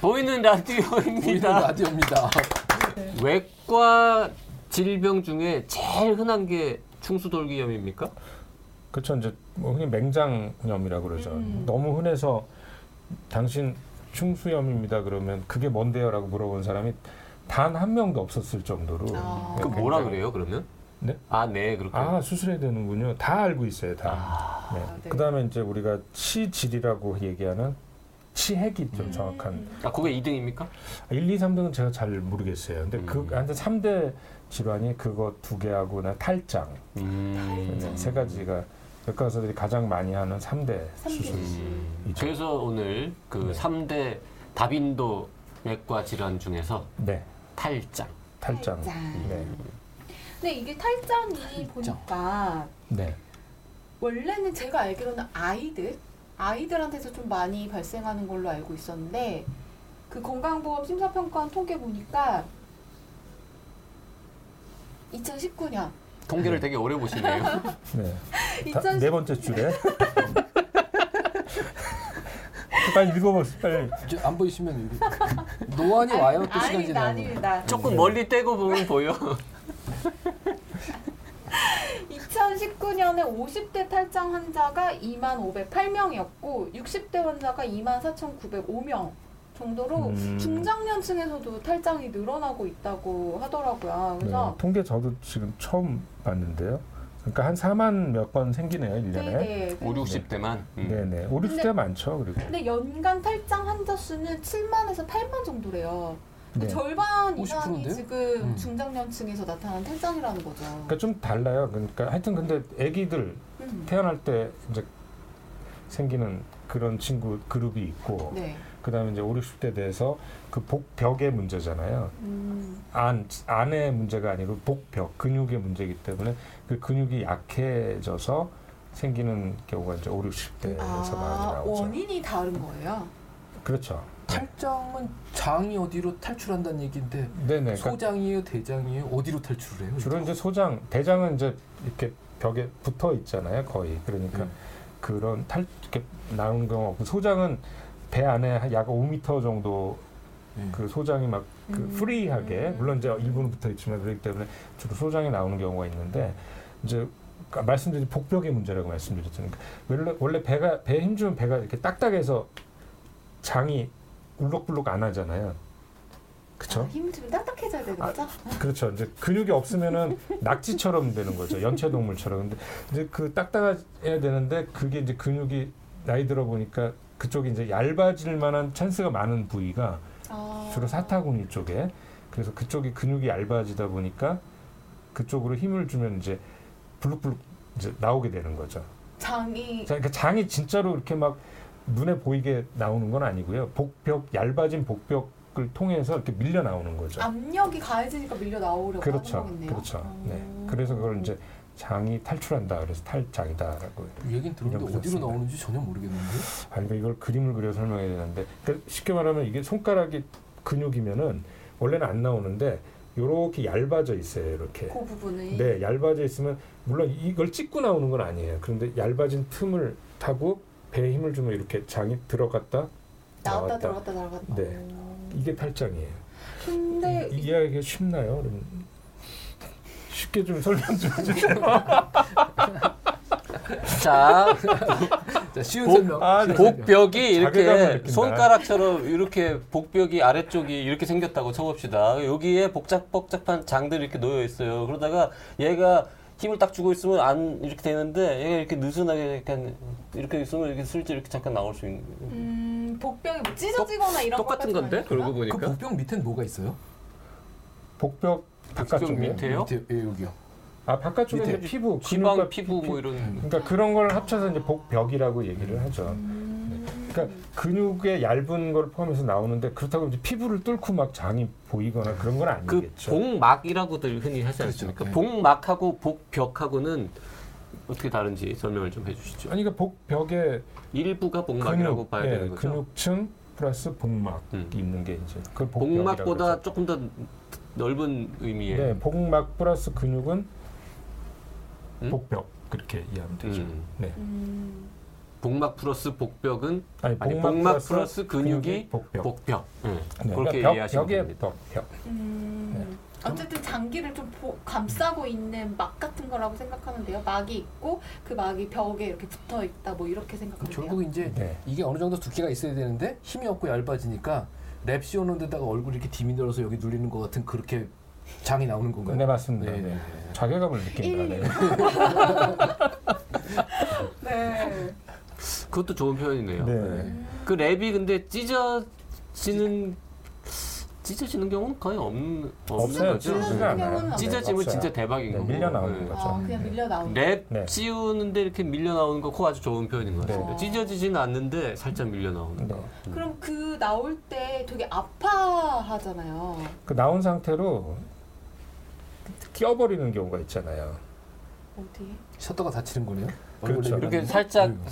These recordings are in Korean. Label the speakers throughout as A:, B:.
A: 보이는 라디오입니다.
B: 라디오입니다.
A: 외과 질병 중에 제일 흔한 게 충수돌기염입니까?
C: 그렇죠 이제 뭐 흔히 맹장염이라고 그러죠 너무 흔해서 당신 충수염입니다 그러면 그게 뭔데요라고 물어본 사람이 단 한 명도 없었을 정도로 네,
A: 그 뭐라
C: 굉장히-
A: 그래요 그러면?
C: 네?
A: 아, 네, 그렇게.
C: 아 수술해야 되는군요 다 알고 있어요
B: 아.
C: 다
A: 아,
C: 네.
D: 네.
C: 그다음에 이제 우리가 치질이라고 얘기하는 치핵이 좀 정확한 아,
A: 아, 그게 2등입니까?
C: 1, 2, 3등은 제가 잘 모르겠어요. 근데
A: 음.
C: 그 한데 3대 질환이 그거 두 개하고 나 탈장
B: 음.
C: 네, 세 가지가 외과 의사들이 가장 많이 하는 3대 수술이죠.
A: 그래서 오늘
B: 네.
A: 그 삼 3대 다빈도 외과 질환 중에서
C: 네,
A: 탈장.
C: 탈장.
D: 탈장.
C: 네,
D: 근데 이게 탈장이 보니까
C: 네.
D: 원래는 제가 알기로는 아이들 아이들한테서 좀 많이 발생하는 걸로 알고 있었는데 그 건강보험 심사평가원 통계 보니까 2019년
A: 통계를 되게 오래 보시네요.
C: 네. 다,
D: 2019년
C: 네 번째 줄에. 빨리 읽어봐, 빨리.
B: 이제 안 보이시면 이게 노안이 와요 또 시간
D: 아닙니다
B: 지나면.
D: 아닙니다
A: 조금
C: 네.
A: 멀리 떼고 보면 보여.
D: 2019년에 50대 탈장 환자가 2만 508명이었고 60대 환자가 2만 4,905명 정도로
C: 음.
D: 중장년층에서도 탈장이 늘어나고 있다고 하더라고요.
C: 네,
D: 그래서
C: 통계 저도 지금 처음 봤는데요. 그러니까 한 4만 몇 건 생기네요, 1년에.
D: 네, 네.
A: 5, 60대만. 음.
C: 네, 네. 5, 60대 많죠, 그리고.
D: 근데 연간 탈장 환자 수는 7만에서 8만 정도래요. 그
C: 네.
D: 절반
B: 50%
D: 이상이
B: 인데요?
D: 지금
A: 음.
D: 중장년층에서 나타난 탈장이라는 거죠.
C: 그러니까 좀 달라요. 그러니까 하여튼 근데 아기들
D: 음.
C: 태어날 때 이제 생기는 그런 친구 그룹이 있고
D: 네.
C: 그다음에 이제 5, 60대 돼서 그 복벽의 문제잖아요.
D: 음.
C: 안 안의 문제가 아니고 복벽 근육의 문제이기 때문에 그 근육이 약해져서 생기는 경우가 이제 5, 60대에서 네, 많이
D: 아,
C: 나오죠.
D: 원인이 다른 거예요.
C: 그렇죠.
B: 탈장은 장이 어디로 탈출한다는 얘기인데
C: 네네. 그러니까
B: 소장이에요, 대장이에요, 어디로 탈출을 해요?
C: 주로 이제 소장, 대장은 이제 이렇게 벽에 붙어 있잖아요, 거의. 그러니까
B: 음.
C: 그런 탈 이렇게 나온 경우 없고 소장은 배 안에 약 5m 정도
B: 네.
C: 그 소장이 막 그
D: 음.
C: 프리하게 물론 이제 일부는 붙어 있지만 그렇기 때문에 주로 소장이 나오는 경우가 있는데 이제 아까 말씀드린 복벽의 문제라고 말씀드렸잖아요. 그러니까 원래 원래 배가 배에 힘주면 배가 이렇게 딱딱해서 장이 울럭불럭 안 하잖아요.
D: 아,
C: 그렇죠?
D: 힘이 좀 딱딱해져야 되는
C: 아,
D: 거죠?
C: 그렇죠. 이제 근육이 없으면은 낙지처럼 되는 거죠. 연체동물처럼. 근데 이제 그 딱딱해야 되는데 그게 이제 근육이 나이 들어 보니까 그쪽이 이제 얇아질 만한 찬스가 많은 부위가
D: 아.
C: 주로 사타구니 쪽에 그래서 그쪽이 근육이 얇아지다 보니까 그쪽으로 힘을 주면 이제 블룩블룩 이제 나오게 되는 거죠.
D: 장이
C: 자, 그러니까 장이 진짜로 이렇게 막 눈에 보이게 나오는 건 아니고요. 복벽 얇아진 복벽을 통해서 이렇게 밀려 나오는 거죠.
D: 압력이 가해지니까 밀려 나오려고
C: 그렇죠.
D: 하는 거겠네요.
C: 그렇죠.
D: 어.
C: 네. 그래서 그걸 이제 장이 탈출한다. 그래서 탈장이다라고.
B: 그 얘긴 들었는데
C: 이런
B: 어디로
C: 거였습니다.
B: 나오는지 전혀 모르겠는데.
C: 아니 그 이걸 그림을 그려 설명해야 되는데 그러니까 쉽게 말하면 이게 손가락이 근육이면은 원래는 안 나오는데 요렇게 얇아져 있어요. 이렇게.
D: 그 부분이
C: 네, 얇아져 있으면 물론 이걸 찍고 나오는 건 아니에요. 그런데 얇아진 틈을 타고 배에 힘을 주면 이렇게 장이 들어갔다.
D: 나왔다
C: 나왔다.
D: 들어갔다 나갔다.
C: 네. 이게 탈장이에요. 음,
D: 근데
C: 이 이야기가 쉽나요? 그럼 쉽게 좀 설명 좀 해주세요.
A: 자,
B: 자, 쉬운
A: 복-
B: 설명.
C: 아,
B: 쉬운 설명.
A: 복벽이
C: 자괴감을
A: 이렇게
C: 느낀다.
A: 손가락처럼 이렇게 복벽이 아래쪽이 이렇게 생겼다고 쳐봅시다. 여기에 복잡복잡한 장들이 이렇게 놓여 있어요. 그러다가 얘가 힘을 딱 주고 있으면 안 이렇게 되는데 얘가 이렇게 느슨하게 이렇게 이렇게 있으면 이렇게 슬쩍 이렇게 잠깐 나올 수 있는.
D: 음, 복병이 뭐 찢어지거나 이런 것까지는 아니에요?
A: 그러니까?
B: 그 복병 밑엔 뭐가 있어요?
C: 복벽 바깥쪽에
A: 밑에요?
B: 밑에 예, 여기요.
C: 아 바깥쪽에
B: 밑에
C: 이제 피부 음,
A: 지방
C: 근육과
A: 피부 뭐 이런.
C: 그러니까 그런 걸 합쳐서 이제 복벽이라고 얘기를 하죠. 그러니까 근육의 얇은 걸 포함해서 나오는데 그렇다고 이제 피부를 뚫고 막 장이 보이거나 그런 건
A: 그
C: 아니겠죠.
A: 복막이라고들 흔히 하지 않습니까?
B: 그렇죠. 네.
A: 복막하고 복벽하고는 어떻게 다른지 설명을 좀 해주시죠.
C: 아니 그러니까 복벽에
A: 일부가 복막이라고
C: 근육,
A: 봐야
C: 예,
A: 되는 거죠.
C: 근육층 플러스 복막이
A: 음.
C: 있는 게 이제 그
A: 복막보다 예. 조금 더 넓은 의미의
C: 네, 복막 플러스 근육은
A: 음?
C: 복벽 그렇게 이해하면 되죠.
A: 음.
C: 네.
D: 음,
A: 복막 플러스 복벽은
C: 아니,
A: 아니 복막, 플러스 근육이,
C: 복벽.
A: 복벽. 음.
C: 네,
A: 그렇게
C: 그러니까
A: 이해하시면
C: 벽에
A: 됩니다.
C: 벽.
D: 음. 어쨌든 장기를 좀 보- 감싸고 있는 막 같은 거라고 생각하면 돼요. 막이 있고 그 막이 벽에 이렇게 붙어 있다 뭐 이렇게 생각하면 돼요.
B: 결국 이제
C: 네.
B: 이게 어느 정도 두께가 있어야 되는데 힘이 없고 얇아지니까 랩 씌우는 데다가 얼굴 이렇게 디민들어서 여기 눌리는 것 같은 그렇게 장이 나오는 건가요?
C: 네 맞습니다.
B: 네,
C: 네.
B: 네.
C: 자괴감을 느낀다.
D: 일.
C: 네.
D: 네.
A: 그것도 좋은 표현이네요.
C: 네.
A: 그 랩이 근데 찢어지는 찢어지는 경우는 거의 없는 없는
C: 없어요.
A: 거죠.
C: 찢어지지
D: 찢어지는
C: 않아요. 네,
D: 경우는
A: 찢어지면
C: 없어요.
A: 진짜 대박인
C: 네,
A: 거고.
C: 밀려 나오는
A: 네.
C: 거죠.
D: 아, 그냥
C: 네.
D: 밀려 나오는.
A: 랩
C: 네.
A: 씌우는데 이렇게 밀려 나오는 거 그거 아주 좋은 표현인 것 같습니다.
D: 네.
A: 찢어지진 않는데 살짝 밀려 나오는 거.
C: 네.
D: 그럼 그 나올 때 되게 아파하잖아요.
C: 그 나온 상태로 끼어버리는 경우가 있잖아요.
D: 어디?
B: 셔터가 다치는 거네요.
C: 그렇죠. 네.
B: 얼굴
A: 이렇게
B: 내밀면.
A: 살짝
B: 음.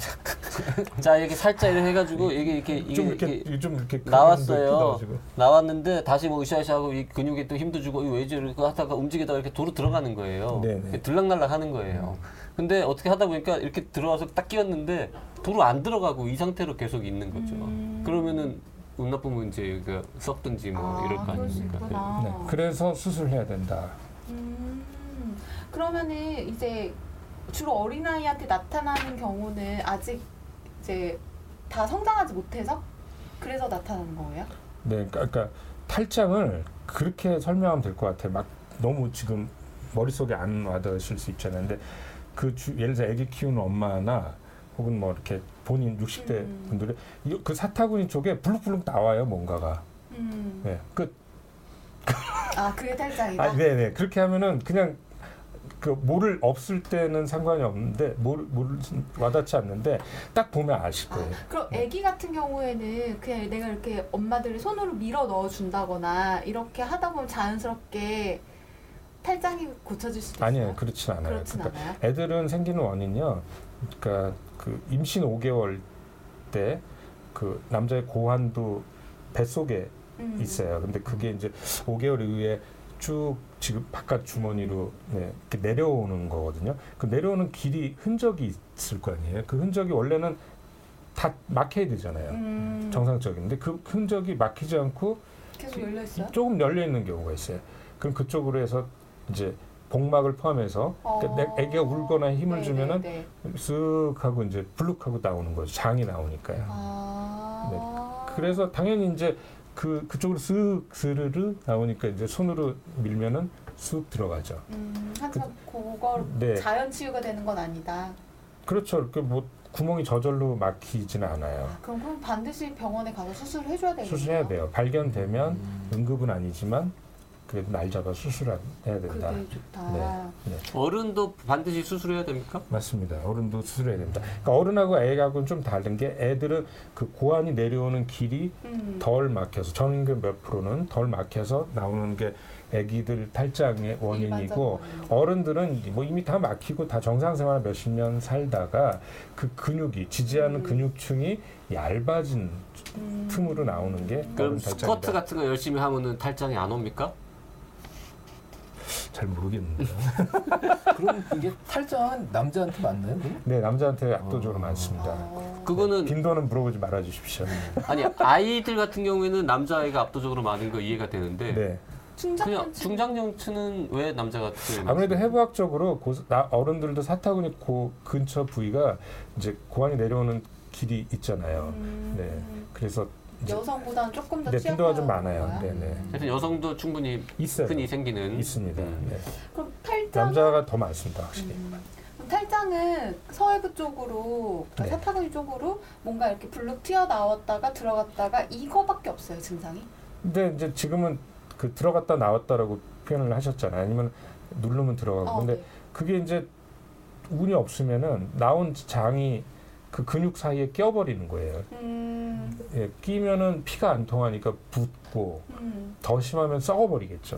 A: 자 이렇게 살짝 이렇게 해가지고 이게 이렇게 이게
C: 좀 이렇게,
A: 이렇게
C: 좀 이렇게
A: 나왔어요.
C: 뜯어가지고.
A: 나왔는데 다시 뭐 으쌰으쌰하고 이 근육에 또 힘도 주고 이거 왜 저러고 하다가 움직이다가 이렇게 도로 들어가는 거예요.
C: 네네.
A: 이렇게 들락날락 하는 거예요. 근데 어떻게 하다 보니까 이렇게 들어와서 딱 끼웠는데 도로 안 들어가고 이 상태로 계속 있는 거죠.
D: 음.
A: 그러면은 운 나쁘면 이제 여기가 썩든지 뭐
D: 아,
A: 이럴 거
D: 그럴 수
A: 아닙니까?
D: 있구나.
C: 네. 그래서 수술해야 된다.
D: 음, 그러면은 이제 주로 어린아이한테 나타나는 경우는 아직 이제 다 성장하지 못해서 그래서 나타나는 거예요?
C: 네, 그러니까, 그러니까 탈장을 그렇게 설명하면 될 것 같아요. 막 너무 지금 머릿속에 안 와닿으실 수 있잖아요. 근데 그 주, 예를 들어 아기 키우는 엄마나 혹은 뭐 이렇게 본인 60대
D: 음.
C: 분들이 이- 그 사타구니 쪽에 블룩블룩 나와요, 뭔가가.
D: 음.
C: 네, 끝.
D: 아, 그게 탈장이다.
C: 아, 네네. 그렇게 하면은 그냥 그 모를 없을 때는 상관이 없는데 모를, 모를 와닿지 않는데 딱 보면 아실 거예요.
D: 그럼
C: 네.
D: 아기 같은 경우에는 그냥 내가 이렇게 엄마들을 손으로 밀어 넣어 준다거나 이렇게 하다 보면 자연스럽게 탈장이 고쳐질 수도 있어요.
C: 아니에요, 그렇진 않아요.
D: 그렇진
C: 그러니까
D: 않아요.
C: 애들은 생기는 원인이요. 그러니까 그 임신 5개월 때 그 남자의 고환도 뱃속에
D: 음.
C: 있어요. 근데 그게 이제 5개월 이후에 쭉 지금 바깥 주머니로 네, 이렇게 내려오는 거거든요. 그 내려오는 길이 흔적이 있을 거 아니에요. 그 흔적이 원래는 다 막혀야 되잖아요.
D: 음.
C: 정상적인데 그 흔적이 막히지 않고
D: 계속 열려 있어요?
C: 조금 열려 있는 경우가 있어요. 그럼 그쪽으로 해서 이제 복막을 포함해서 그러니까 내- 애기가 울거나 힘을
D: 어. 네네네.
C: 주면은 쓱 하고 이제 블룩하고 나오는 거죠. 장이 나오니까요.
D: 아.
C: 네. 그래서 당연히 이제 그 그쪽으로 쓱 스르르 나오니까 이제 손으로 밀면은 쑥 들어가죠.
D: 음, 하지만 그걸
C: 네,
D: 자연 치유가 되는 건 아니다.
C: 그렇죠. 그뭐 구멍이 저절로 막히지는 않아요.
D: 아, 그럼 그럼 반드시 병원에 가서 수술을 해줘야 되겠네요. 음.
C: 수술해야 돼요. 발견되면 응급은 아니지만 그래도 날 잡아 수술해야 된다.
D: 그게 좋다.
C: 네.
A: 어른도 반드시 수술해야 됩니까?
C: 맞습니다. 어른도 수술해야 된다. 그러니까 어른하고 애하고는 좀 다른 게 애들은 그 고환이 내려오는 길이
D: 음.
C: 덜 막혀서 전인근 몇 프로는 덜 막혀서 나오는 게 아기들
D: 네,
C: 탈장의 원인이고
D: 일반적인 원인.
C: 어른들은 뭐 이미 다 막히고 다 정상 생활 몇십 년 살다가 그 근육이 지지하는
D: 음.
C: 근육층이 얇아진
D: 음.
C: 틈으로 나오는 게
A: 그럼
C: 어른
A: 스쿼트
C: 탈장이다.
A: 같은 거 열심히 하면은 탈장이 안 옵니까?
C: 잘 모르겠는데
B: 그럼 이게 탈장은 남자한테 맞나요? 그럼?
C: 네 남자한테 압도적으로
B: 어.
C: 많습니다.
D: 아.
A: 그거는
C: 빈도는 물어보지 말아 주십시오.
A: 네. 아니 아이들 같은 경우에는 남자아이가 압도적으로 많은 거 이해가 되는데
C: 네.
D: 충전
A: 그냥 중장년층은 왜 남자가 그 제일
C: 아무래도
A: 많습니까?
C: 해부학적으로 고, 나, 어른들도 사타구니 고 근처 부위가 이제 고환이 내려오는 길이 있잖아요.
D: 음.
C: 네. 그래서 이제-
D: 여성보다는 조금 더
C: 네,
D: 취약한
C: 빈도가 좀 많아요.
D: 거야?
C: 네네.
A: 하여튼 여성도 충분히
C: 있어요.
A: 흔히 생기는
C: 네. 있습니다.
A: 음.
C: 네.
D: 그럼 탈장 음.
C: 남자가 더 많습니다, 확실히.
D: 그럼 탈장은 서해부 쪽으로 그러니까
C: 네.
D: 사타구니 쪽으로 뭔가 이렇게 블룩 튀어 나왔다가 들어갔다가 이거밖에 없어요 증상이.
C: 근데 이제 지금은 그 들어갔다 나왔다라고 표현을 하셨잖아요. 아니면 누르면 들어가고.
D: 어,
C: 근데
D: 네.
C: 그게 이제 운이 없으면은 나온 장이 그 근육 사이에 껴버리는 거예요.
D: 음, 음,
C: 예, 끼면은 피가 안 통하니까 붓고
D: 음.
C: 더 심하면 썩어버리겠죠.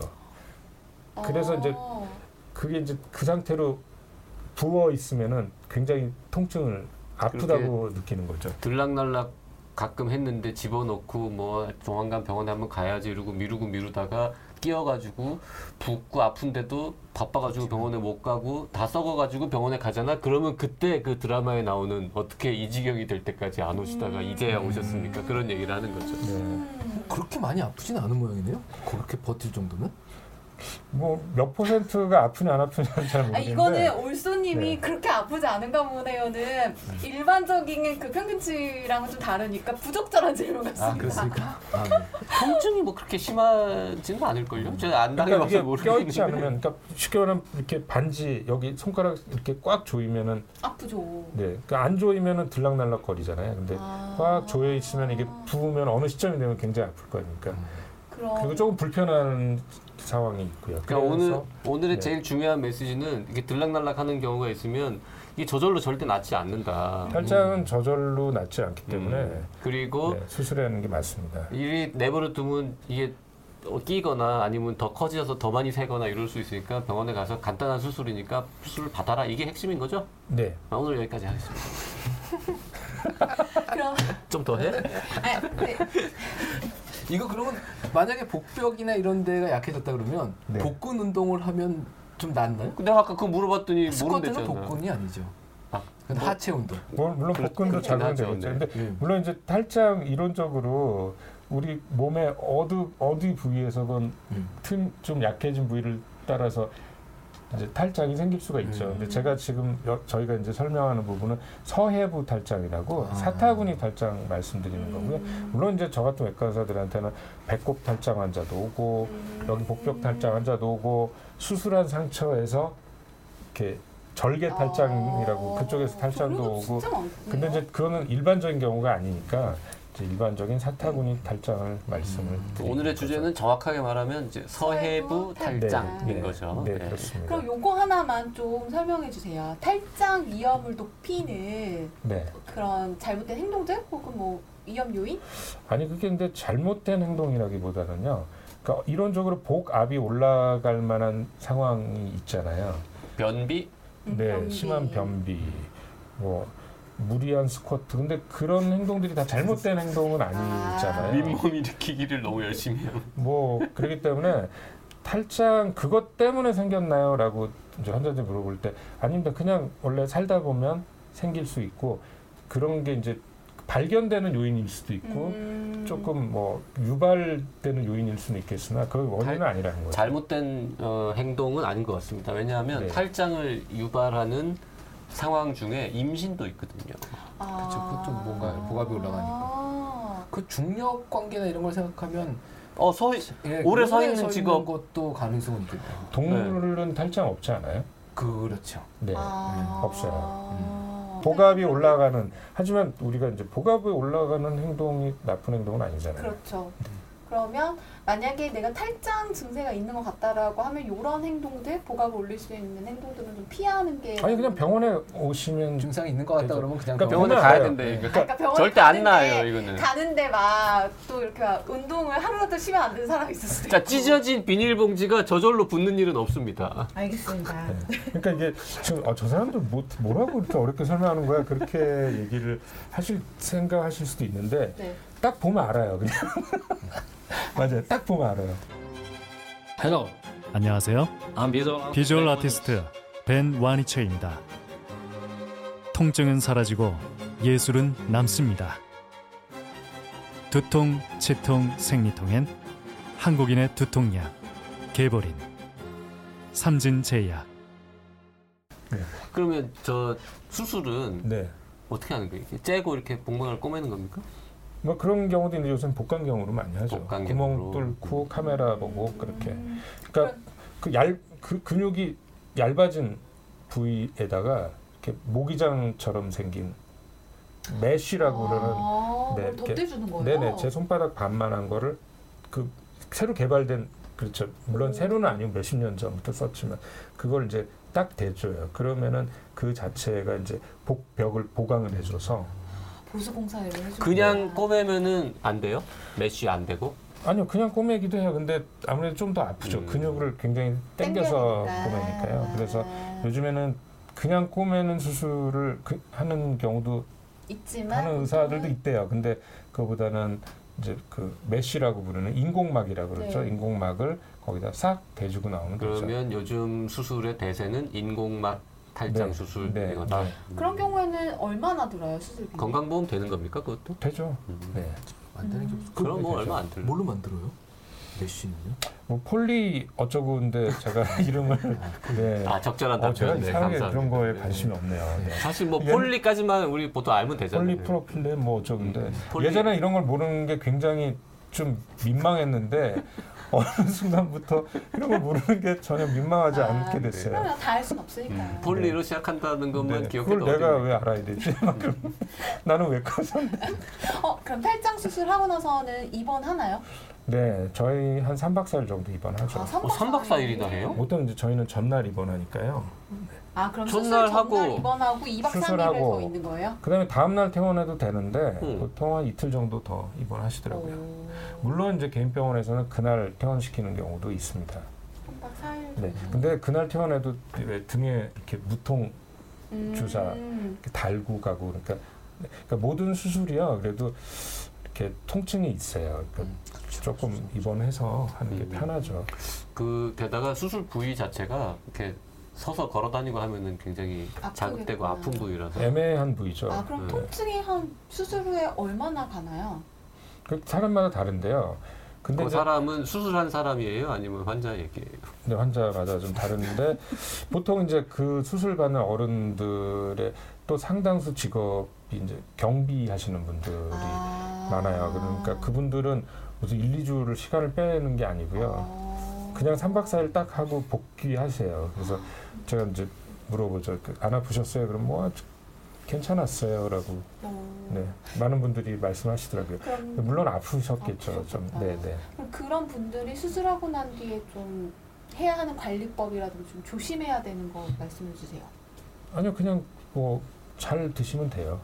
C: 그래서 이제
D: 어.
C: 그게 이제 그 상태로 부어 있으면은 굉장히 통증을 아프다고 느끼는 거죠.
A: 들락날락 가끔 했는데 집어넣고 뭐 조만간 병원에 한번 가야지 이러고 미루고 미루다가 끼어가지고 붓고 아픈데도
C: 그렇죠.
A: 바빠가지고 병원에 못 가고 다 썩어가지고 병원에 가잖아 그러면 그때 그 드라마에 나오는 어떻게 이 지경이 될 때까지 안 오시다가 이제야 오셨습니까 그런 얘기를 하는 거죠
D: 음.
C: 네.
B: 그렇게 많이 아프진 않은 모양이네요. 그렇게 버틸 정도면?
C: 뭐 몇 퍼센트가 아프냐 안 아프냐는 잘
D: 아,
C: 모르겠는데
D: 이거는 올소님이
C: 네. 음.
D: 그렇게 아프지 않은가 보네요는 일반적인 그 평균치랑은 좀 다르니까 부적절한 질문 같습니다.
B: 아, 네.
A: 통증이 뭐 그렇게 심하지는 않을걸요 제가 안
C: 그러니까
A: 당해봐서
C: 이게
A: 모르겠는데
C: 껴있지 않으면 그러니까 쉽게 말하면 이렇게 반지 여기 손가락 이렇게 꽉 조이면은
D: 아프죠.
C: 네. 그안 조이면은 들락날락 거리잖아요. 근데
D: 아.
C: 꽉 조여 있으면 이게 부으면 어느 시점이 되면 굉장히 아플 거니까.
A: 음.
D: 그럼
C: 그리고 조금 불편한 상황이 있고요.
A: 그러니까 오늘
C: 그래서
A: 오늘의
C: 네.
A: 제일 중요한 메시지는 이게 들락날락하는 경우가 있으면 이게 저절로 절대 낫지 않는다
C: 혈장은 저절로 낫지 않기
A: 음.
C: 때문에
A: 그리고
C: 네, 수술하는 게 맞습니다.
A: 이리 내버려 두면 이게 어, 끼거나 아니면 더 커져서 더 많이 새거나 이럴 수 있으니까 병원에 가서 간단한 수술이니까 수술을 받아라 이게 핵심인 거죠?
C: 네.
A: 아, 오늘 여기까지 하겠습니다.
D: 그럼
A: 좀 더 해?
D: 아, 네.
B: 이거 그러면 만약에 복벽이나 이런 데가 약해졌다 그러면
C: 네.
B: 복근 운동을 하면 좀 낫나요?
A: 근데 아까 그거 물어봤더니
B: 스쿼트는
A: 모른댔잖아.
B: 복근이 아니죠.
A: 아,
B: 그건 하체 운동.
C: 뭐, 물- 물론 복근도
A: 그렇긴
C: 작용은
A: 하죠.
C: 되겠죠.
A: 네.
C: 근데
B: 예.
C: 물론 이제 탈장 이론적으로 우리 몸의 어디 어디 부위에서건
B: 음.
C: 틈 좀 약해진 부위를 따라서 이제 탈장이 생길 수가 있죠.
B: 음.
C: 근데 제가 지금 여- 저희가 이제 설명하는 부분은 서해부 탈장이라고
B: 아.
C: 사타구니 탈장 말씀드리는 거고요.
D: 음.
C: 물론 이제 저 같은 외과 의사들한테는 배꼽 탈장 환자도 오고 여기 복벽 탈장 환자도 오고 수술한 상처에서 이렇게 절개 탈장이라고
D: 아,
C: 아. 그쪽에서 탈장도
D: 종류가
C: 오고
D: 진짜 많군요.
C: 근데 이제 그거는 일반적인 경우가 아니니까 이제 일반적인 사타구니 탈장을 말씀을 드리는
A: 네. 음. 오늘의
C: 거죠.
A: 주제는 정확하게 말하면 이제 서해부
D: 서해부
A: 탈장인 거죠.
D: 탈장.
C: 그렇죠. 네,
A: 네.
C: 그렇습니다.
D: 그럼 요거 하나만 좀 설명해 주세요. 탈장 위험을 높이는
C: 네.
D: 그런 잘못된 행동들 혹은 뭐 위험 요인?
C: 아니 그게 근데 잘못된 행동이라기보다는요. 그러니까 이론적으로 복압이 올라갈 만한 상황이 있잖아요.
A: 변비
D: 음,
C: 네,
D: 변비.
C: 심한 변비, 뭐 무리한 스쿼트. 근데 그런 행동들이 다 잘못된 행동은 아니잖아요.
A: 윗몸 일으키기를 너무 열심히 하면
C: 뭐 그렇기 때문에 탈장 그것 때문에 생겼나요라고 이제 환자들 물어볼 때 아닙니다. 그냥 원래 살다 보면 생길 수 있고 그런 게 이제 발견되는 요인일 수도 있고
D: 음.
C: 조금 뭐 유발되는 요인일 수는 있겠으나 그 원인은
A: 잘-
C: 아니라는 거죠.
A: 잘못된 어, 행동은 아닌 것 같습니다. 왜냐하면
C: 네.
A: 탈장을 유발하는 상황 중에 임신도 있거든요.
D: 아.
B: 그쵸, 그건 좀 뭔가 복압이 올라가니까.
D: 아.
B: 그 중력 관계나 이런 걸 생각하면
A: 어, 서해
B: 예,
A: 오래 서
B: 오래
A: 있는 직업.
B: 것도 가능성은
C: 아.
B: 있겠다.
C: 동물은 탈장 없지 않아요?
B: 그렇죠.
C: 네.
D: 아.
C: 없어요.
B: 음.
C: 복압이 올라가는 하지만 우리가 이제 복압이 올라가는 행동이 나쁜 행동은 아니잖아요.
D: 그렇죠. 그러면 만약에 내가 탈장 증세가 있는 것 같다라고 하면 이런 행동들 복압을 올릴 수 있는 행동들은 좀 피하는 게
C: 아니 그냥 병원에 오시면
B: 증상이 있는 것 같다
C: 그렇죠.
B: 그러면 그냥
C: 그러니까
B: 병원
A: 병원에
C: 병원에
A: 가야
C: 가요.
A: 된다니까.
D: 그러니까 병원
A: 절대 안 나아요, 이거는.
D: 가는데 막 또 이렇게 막 운동을 하루라도 쉬면 안 되는 사람이 있을 수도
A: 자,
D: 있고.
A: 찢어진 비닐봉지가 저절로 붙는 일은 없습니다.
E: 알겠습니다.
C: 그러니까 이게 지금 어, 저 사람들 뭐, 뭐라고 이렇게 어렵게 설명하는 거야 그렇게 얘기를 하실 생각하실 수도 있는데
D: 네.
C: 딱 보면 알아요 그냥 맞아요 딱 보면 알아요
F: Hello,
G: 안녕하세요.
F: I'm visual,
G: 비주얼 아티스트 벤 와니체입니다. 통증은 사라지고 예술은 남습니다. 두통, 치통, 생리통엔 한국인의 두통약 개보린 삼진제약
A: 그러면 저 수술은
C: 네뭐
A: 어떻게 하는 거예요? 이렇게 째고 이렇게 복막을 꼬매는 겁니까?
C: 뭐 그런 경우도 있는데 요새는 복강경으로 많이 하죠
A: 복강경으로.
C: 구멍 뚫고 카메라 보고 그렇게
D: 음.
C: 그러니까 그 얇 그 근육이 얇아진 부위에다가 이렇게 모기장처럼 생긴 메쉬라고 그러는
E: 아,
C: 네,
E: 그럼
C: 이렇게-
E: 덧대주는 거예요?
C: 네네 제 손바닥 반만한 거를 그 새로 개발된 그렇죠
E: 음.
C: 물론 새로는 아니고 몇십 년 전부터 썼지만 그걸 이제 딱 대줘요 그러면은 그 자체가 이제 복벽을 보강을 해줘서
D: 보수공사를 해주고
A: 그냥 꼬매면은 안 돼요? 메쉬 안 되고?
C: 아니요, 그냥 꼬매기도 해요. 근데 아무래도 좀 더 아프죠.
A: 음.
C: 근육을 굉장히 당겨서 꼬매니까요. 그래서
D: 네.
E: 네.
C: 요즘에는 그냥 꼬매는 수술을 그- 하는 경우도
D: 있지만
C: 하는
D: 음.
C: 의사들도 있대요. 근데 그거보다는 이제 그 메쉬라고 부르는 인공막이라고 그러죠.
D: 네.
C: 인공막을 거기다 싹 대주고 나오는 거죠.
A: 그러면 요즘 수술의 대세는 인공막 탈장
C: 네. 네.
A: 수술이거나
C: 네.
D: 음, 그런 경우에는 얼마나 들어요 수술비?
A: 건강보험 되는 겁니까 그것도?
C: 되죠.
A: 음.
C: 네.
B: 만드는 게 없어.
A: 그럼 뭐 얼마 안 들려.
B: 뭘로 만들어요? 메쉬는요?
C: 뭐 폴리 어쩌고인데 제가 이름을 네.
A: 아 적절한
C: 어, 제가
A: 답변. 네,
C: 이상하게
A: 감사합니다.
C: 그런 거에
A: 네.
C: 관심이 없네요. 네.
A: 사실 뭐
C: 얘는-
A: 폴리까지만 우리 보통 알면 되잖아요.
C: 폴리프로필렌 뭐 어쩌고인데
A: 음, 폴리-
C: 예전에 이런 걸 모르는 게 굉장히 좀 민망했는데 어느 순간부터 이런 걸 모르는 게 전혀 민망하지
D: 아,
C: 않게 됐어요. 음.
D: 그러면 다 할 순 없으니까요.
A: 폴리로 시작한다는 것만
C: 네,
A: 기억해도
C: 그걸 내가
A: 어디-
C: 왜 알아야 되지? 막 그럼 나는 왜 커서?
D: 어, 그럼 탈장 수술 하고 나서는 입원 하나요?
C: 네, 저희 한 3박 4일 정도 입원하죠.
D: 아,
A: 어, 3박 4일이나 해요?
C: 보통 이제 저희는 전날 입원하니까요.
D: 아, 그럼 수술
A: 전날
D: 전날
A: 하고
D: 입원하고 2박 3일을
C: 수술하고
D: 더 있는 거예요?
C: 그다음에 다음 날 퇴원해도 되는데
A: 음.
C: 보통 한 이틀 정도 더 입원하시더라고요.
D: 오,
C: 물론 이제 개인 병원에서는 그날 퇴원시키는 경우도 있습니다.
D: 3박 4일.
C: 네. 근데 그날 퇴원해도 왜 등에 이렇게 무통
D: 음.
C: 주사. 이렇게 달고 가고 그러니까, 그러니까 모든 수술이요 그래도 이렇게 통증이 있어요. 그러니까 조금 입원해서 하는 게
A: 음.
C: 편하죠.
A: 그 게다가 수술 부위 자체가 이렇게 서서 걸어 다니고 하면은 굉장히
D: 아프겠구나.
A: 자극되고 아픈 부위라서
C: 애매한 부위죠.
D: 아, 그럼
A: 네.
D: 통증이 한 수술 후에 얼마나 가나요?
C: 그 사람마다 다른데요. 근데
A: 그
C: 이제
A: 사람은 수술한 사람이에요? 아니면 환자 얘기예요?
C: 네, 환자마다 좀 다른데 보통 이제 그 수술 받는 어른들의 또 상당수 직업이 이제 경비하시는 분들이
D: 아.
C: 많아요. 그러니까 그분들은 무슨 1, 2주를 시간을 빼는 게 아니고요.
D: 아.
C: 그냥 3박 4일 딱 하고 복귀하세요. 그래서 제가 이제 물어보죠. 그안 아프셨어요? 그럼 뭐 아, 저- 괜찮았어요라고
D: 어.
C: 네, 많은 분들이 말씀하시더라고요.
D: 그럼
C: 물론 아프셨겠죠. 좀
D: 아프셨겠다.
C: 네네.
D: 그럼 그런 분들이 수술하고 난 뒤에 좀 해야 하는 관리법이라든지 좀 조심해야 되는 거 말씀해 주세요.
C: 아니요 그냥 뭐 잘 드시면 돼요.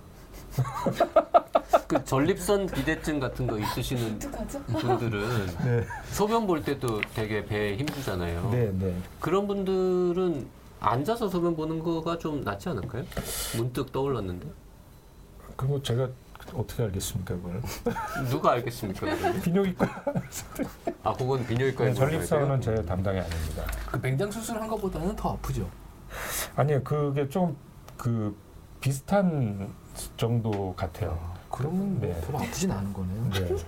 A: 그 전립선 비대증 같은 거 있으시는
D: 어떡하죠?
A: 분들은
C: 네.
A: 소변 볼 때도 되게 배에
C: 어.
A: 힘들잖아요.
C: 네네.
A: 그런 분들은 앉아서 소변 보는 거가 좀 낫지 않을까요? 문득 떠올랐는데
C: 그거 제가 어떻게 알겠습니까 그걸?
A: 누가 알겠습니까? 그러면?
C: 비뇨기과
A: 아 그건 비뇨기과에
C: 네, 전립선은
A: 물어봐야
C: 제
A: 돼요?
C: 담당이 아닙니다.
B: 그 맹장 수술한 것보다는 더 아프죠.
C: 아니요 그게 좀 그 비슷한 정도 같아요.
A: 어.
B: 그러면 뭐
C: 네.
B: 별로 아프진 않은 거네요.
C: 네. 그러니까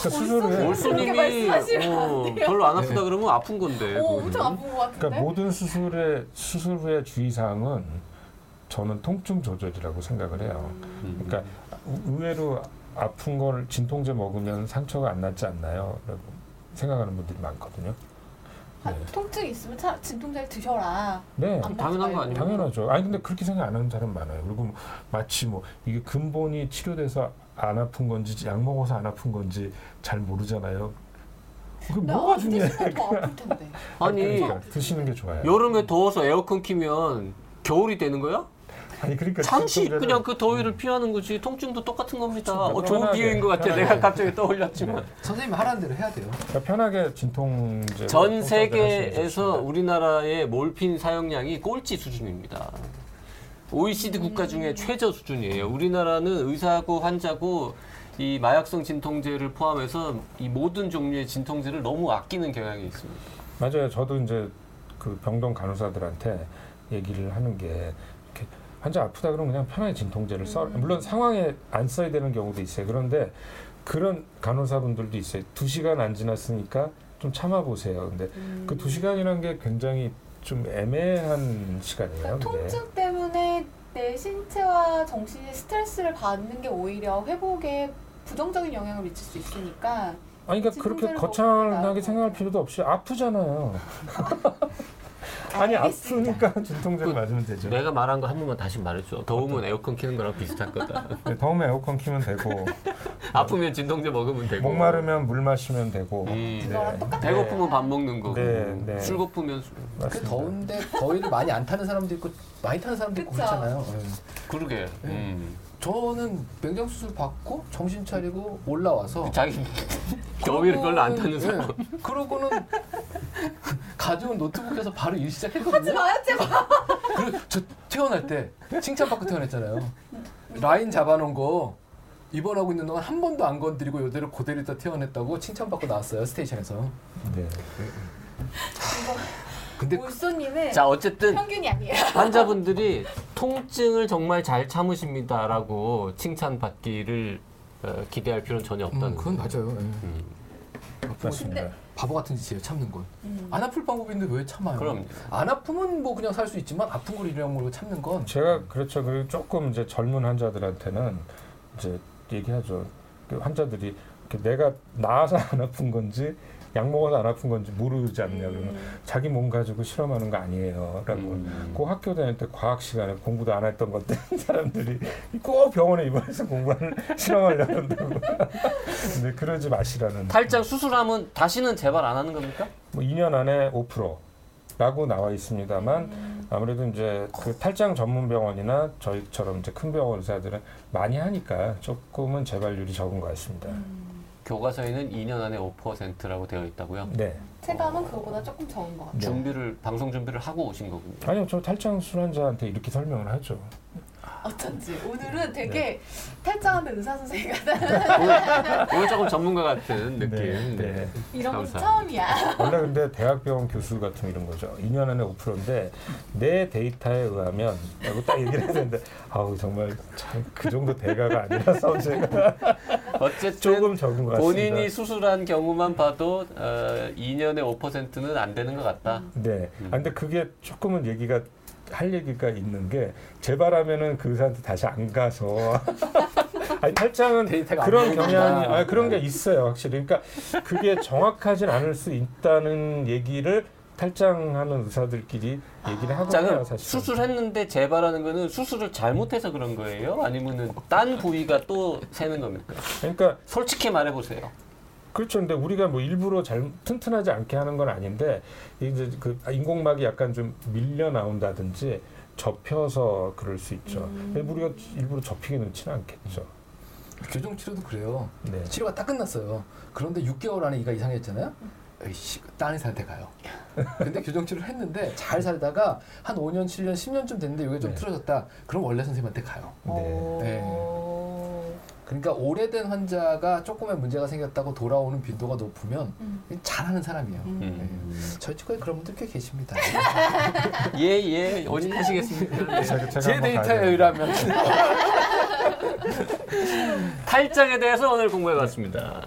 C: 수술을
D: 그렇게
A: 어, 올소님이
D: 말씀하시면
A: 어,
D: 안 돼요.
A: 별로 안
C: 네.
A: 아프다 그러면 아픈 건데.
D: 오,
A: 그거는.
D: 엄청 아픈 것 같은데?
A: 네?
C: 그러니까 모든 수술의 수술 후의 주의사항은 저는 통증 조절이라고 생각을 해요.
A: 음.
C: 그러니까 의외로 아픈 걸 진통제 먹으면 상처가 안 낫지 않나요? 라고 생각하는 분들이 많거든요.
D: 아, 통증 이 있으면 차, 진통제를 드셔라.
C: 네.
D: 안 먹지
A: 당연한 거
D: 말고.
A: 아니에요?
C: 당연하죠. 아니 근데 그렇게 생각 안 하는 사람 많아요. 그리고 뭐 마치 뭐 이게 근본이 치료돼서 안 아픈 건지 약 먹어서 안 아픈 건지 잘 모르잖아요. 그
D: 근데
C: 뭐가
D: 네, 안
C: 중요해?
D: 드시면 더 아플 텐데.
A: 아니
C: 그러니까 드시는 게 좋아요.
A: 여름에 더워서 에어컨 키면 겨울이 되는 거야?
C: 아니 그러니까
A: 잠시
C: 진통제를-
A: 그냥 그 더위를 피하는 거지 통증도 똑같은 겁니다. 어,
C: 그렇죠.
A: 좋은
C: 편하게,
A: 비유인 것 같아.
C: 편하게.
A: 내가 갑자기 떠올렸지만
B: 선생님이 하라는 대로 해야 돼요.
C: 그러니까 네, 뭐 편하게 진통제
A: 전 세계에서 우리나라의 몰핀 사용량이 꼴찌 수준입니다. OECD 국가
D: 음.
A: 중에 최저 수준이에요. 우리나라는 의사하고 환자고 이 마약성 진통제를 포함해서 이 모든 종류의 진통제를 너무 아끼는 경향이 있습니다.
C: 맞아요. 저도 이제 그 병동 간호사들한테 얘기를 하는 게 이렇게 환자 아프다 그러면 그냥 편하게 진통제를 써.
D: 음.
C: 물론 상황에 안 써야 되는 경우도 있어요. 그런데 그런 간호사분들도 있어요. 두 시간 안 지났으니까 좀 참아보세요. 근데
D: 음. 그러니까
C: 그 두 시간이라는 게 굉장히 좀 애매한 시간이에요.
D: 그러니까
C: 근데.
D: 통증 때문에 내 신체와 정신이 스트레스를 받는 게 오히려 회복에 부정적인 영향을 미칠 수 있으니까
C: 아니 그러니까 그렇게
D: 진통제를
C: 거창하게
D: 먹으니까.
C: 생각할 필요도 없이 아프잖아요. 아니
D: 알겠습니다.
C: 아프니까 진통제를 맞으면 되죠.
A: 내가 말한 거 한 번만 다시 말해줘. 더우면 에어컨 키는 거랑 비슷한 거다.
C: 네, 더우면 에어컨 키면 되고
A: 아프면 진통제 먹으면 되고.
C: 목마르면 물 마시면 되고
A: 음.
D: 그거랑 네. 똑같은
A: 배고프면 밥 먹는 거고.
C: 네, 네.
A: 술 고프면 술.
C: 맞습니다.
B: 그 더운데 더위를 많이 안 타는 사람도 있고 많이 타는 사람도 있고
D: 그쵸.
B: 그렇잖아요. 예.
A: 그러게.
C: 네.
A: 음.
B: 저는 맹장 수술 받고 정신 차리고
D: 어.
B: 올라와서
A: 자기 경험이를 별로 안
D: 음.
A: 타는
B: 그러고는-
A: 사람.
B: 어, 예, 그러고는 가져온 노트북에서 바로 일
D: 하지
B: 시작했거든요.
D: 마요, 제발.
B: 그리고 저 퇴원할 때 칭찬받고 퇴원했잖아요. 라인 잡아놓은 거 입원하고 있는 동안 한 번도 안 건드리고 요대로 그대로 있다 퇴원했다고 칭찬받고 나왔어요 스테이션에서.
C: 네.
B: 근데
D: 울소님은
E: 자 어쨌든
D: 평균이 아니에요.
E: 환자분들이 통증을 정말 잘 참으십니다라고 칭찬받기를 어, 기대할 필요는 전혀 없다는
B: 음, 그건 맞아요. 예.
D: 뭐
C: 맞습니다.
B: 바보 같은 짓이에요 참는 건.
D: 음.
B: 안 아플 방법인데 왜 참아요?
A: 그럼요.
B: 안 아프면 뭐 그냥 살 수 있지만 아픈 걸 이용으로 참는 건
C: 제가 그렇죠. 그리고 조금 이제 젊은 환자들한테는 이제 얘기하죠. 그 환자들이 이렇게 내가 나아서 안 아픈 건지 약 먹어서 안 아픈 건지 모르지 않냐 그러면
D: 음.
C: 자기 몸 가지고 실험하는 거 아니에요라고. 그 학교 다닐 때 과학 시간에 공부도 안 했던 것 때문에 사람들이 꼭 병원에 입원해서 공부하는 실험하려고 한다고. 근데 그러지 마시라는.
E: 탈장 수술하면 다시는 재발 안 하는 겁니까?
C: 뭐 2년 안에 5%라고 나와
A: 음.
C: 있습니다만 아무래도 이제 그 탈장 전문 병원이나 저희처럼 이제 큰 병원 의사들은 많이 하니까 조금은 재발률이 적은 것 같습니다.
A: 교과서에는 2년 안에 5%라고 되어 있다고요.
C: 네.
D: 체감은 그거보다 조금 적은 것 같아요.
A: 준비를 방송 준비를 하고 오신 거군요.
C: 아니요, 저 탈장 순환자한테 이렇게 설명을 하죠.
D: 어쩐지
E: 네.
D: 오늘은 되게 탈장하는 의사 선생님 같다.
E: 오늘 조금 전문가 같은 느낌.
C: 네.
D: 이런 건
E: 감사합니다.
D: 처음이야.
C: 원래 근데 대학병원 교수 같은 이런 거죠. 2년 안에 5%인데 내 데이터에 의하면 라고 딱 얘기를 했는데 아우 정말 참 그 정도 대가가 아니라서 제가
A: 어쨌든
C: 조금 적은 것 같습니다.
A: 본인이 수술한 경우만 봐도 어, 2년에 5%는 안 되는 것 같다.
C: 네. 아, 근데 그게 조금은 얘기가 할 얘기가 있는 게 재발하면은 그 의사한테 다시 안 가서 아니 탈장은
B: 데이터가 안
C: 그런
B: 나오는구나. 네.
C: 경향이 아, 그런 게 있어요 확실히 그러니까 그게 정확하진 않을 수 있다는 얘기를 탈장하는 의사들끼리 얘기를
B: 아,
C: 하거든요
A: 자,
C: 어, 사실
A: 수술했는데 재발하는 거는 수술을 잘못해서 그런 거예요? 아니면은 딴 부위가 또 새는 겁니까?
C: 그러니까
A: 솔직히 말해보세요.
C: 그렇죠 근데 우리가 뭐 일부러 잘 튼튼하지 않게 하는 건 아닌데 이제 그 인공막이 약간 좀 밀려 나온다든지 접혀서 그럴 수 있죠 근데 우리가 일부러 접히게 놓지는 않겠죠
B: 교정 치료도 그래요.
C: 네.
B: 치료가 딱 끝났어요. 그런데 6개월 안에 이가 이상해졌잖아요. 에이씨, 그 딴 의사한테 가요. 근데 교정 치료를 했는데 잘 살다가 한 5년, 7년, 10년쯤 됐는데 이게 좀
C: 네.
B: 틀어졌다. 그럼 원래 선생님한테 가요.
C: 네.
B: 네.
D: 어.
B: 그러니까 오래된 환자가 조금의 문제가 생겼다고 돌아오는 빈도가 높으면
D: 음.
B: 잘하는 사람이에요.
A: 음.
B: 네. 저희 측에 그런 분들 꽤 계십니다.
A: 예, 예, 오직하시겠습니다. 네.
C: 제가- 제가
B: 제
C: 한번 가야
B: 데이터에
C: 돼요.
B: 의하면
E: 탈장에 대해서 오늘 공부해봤습니다.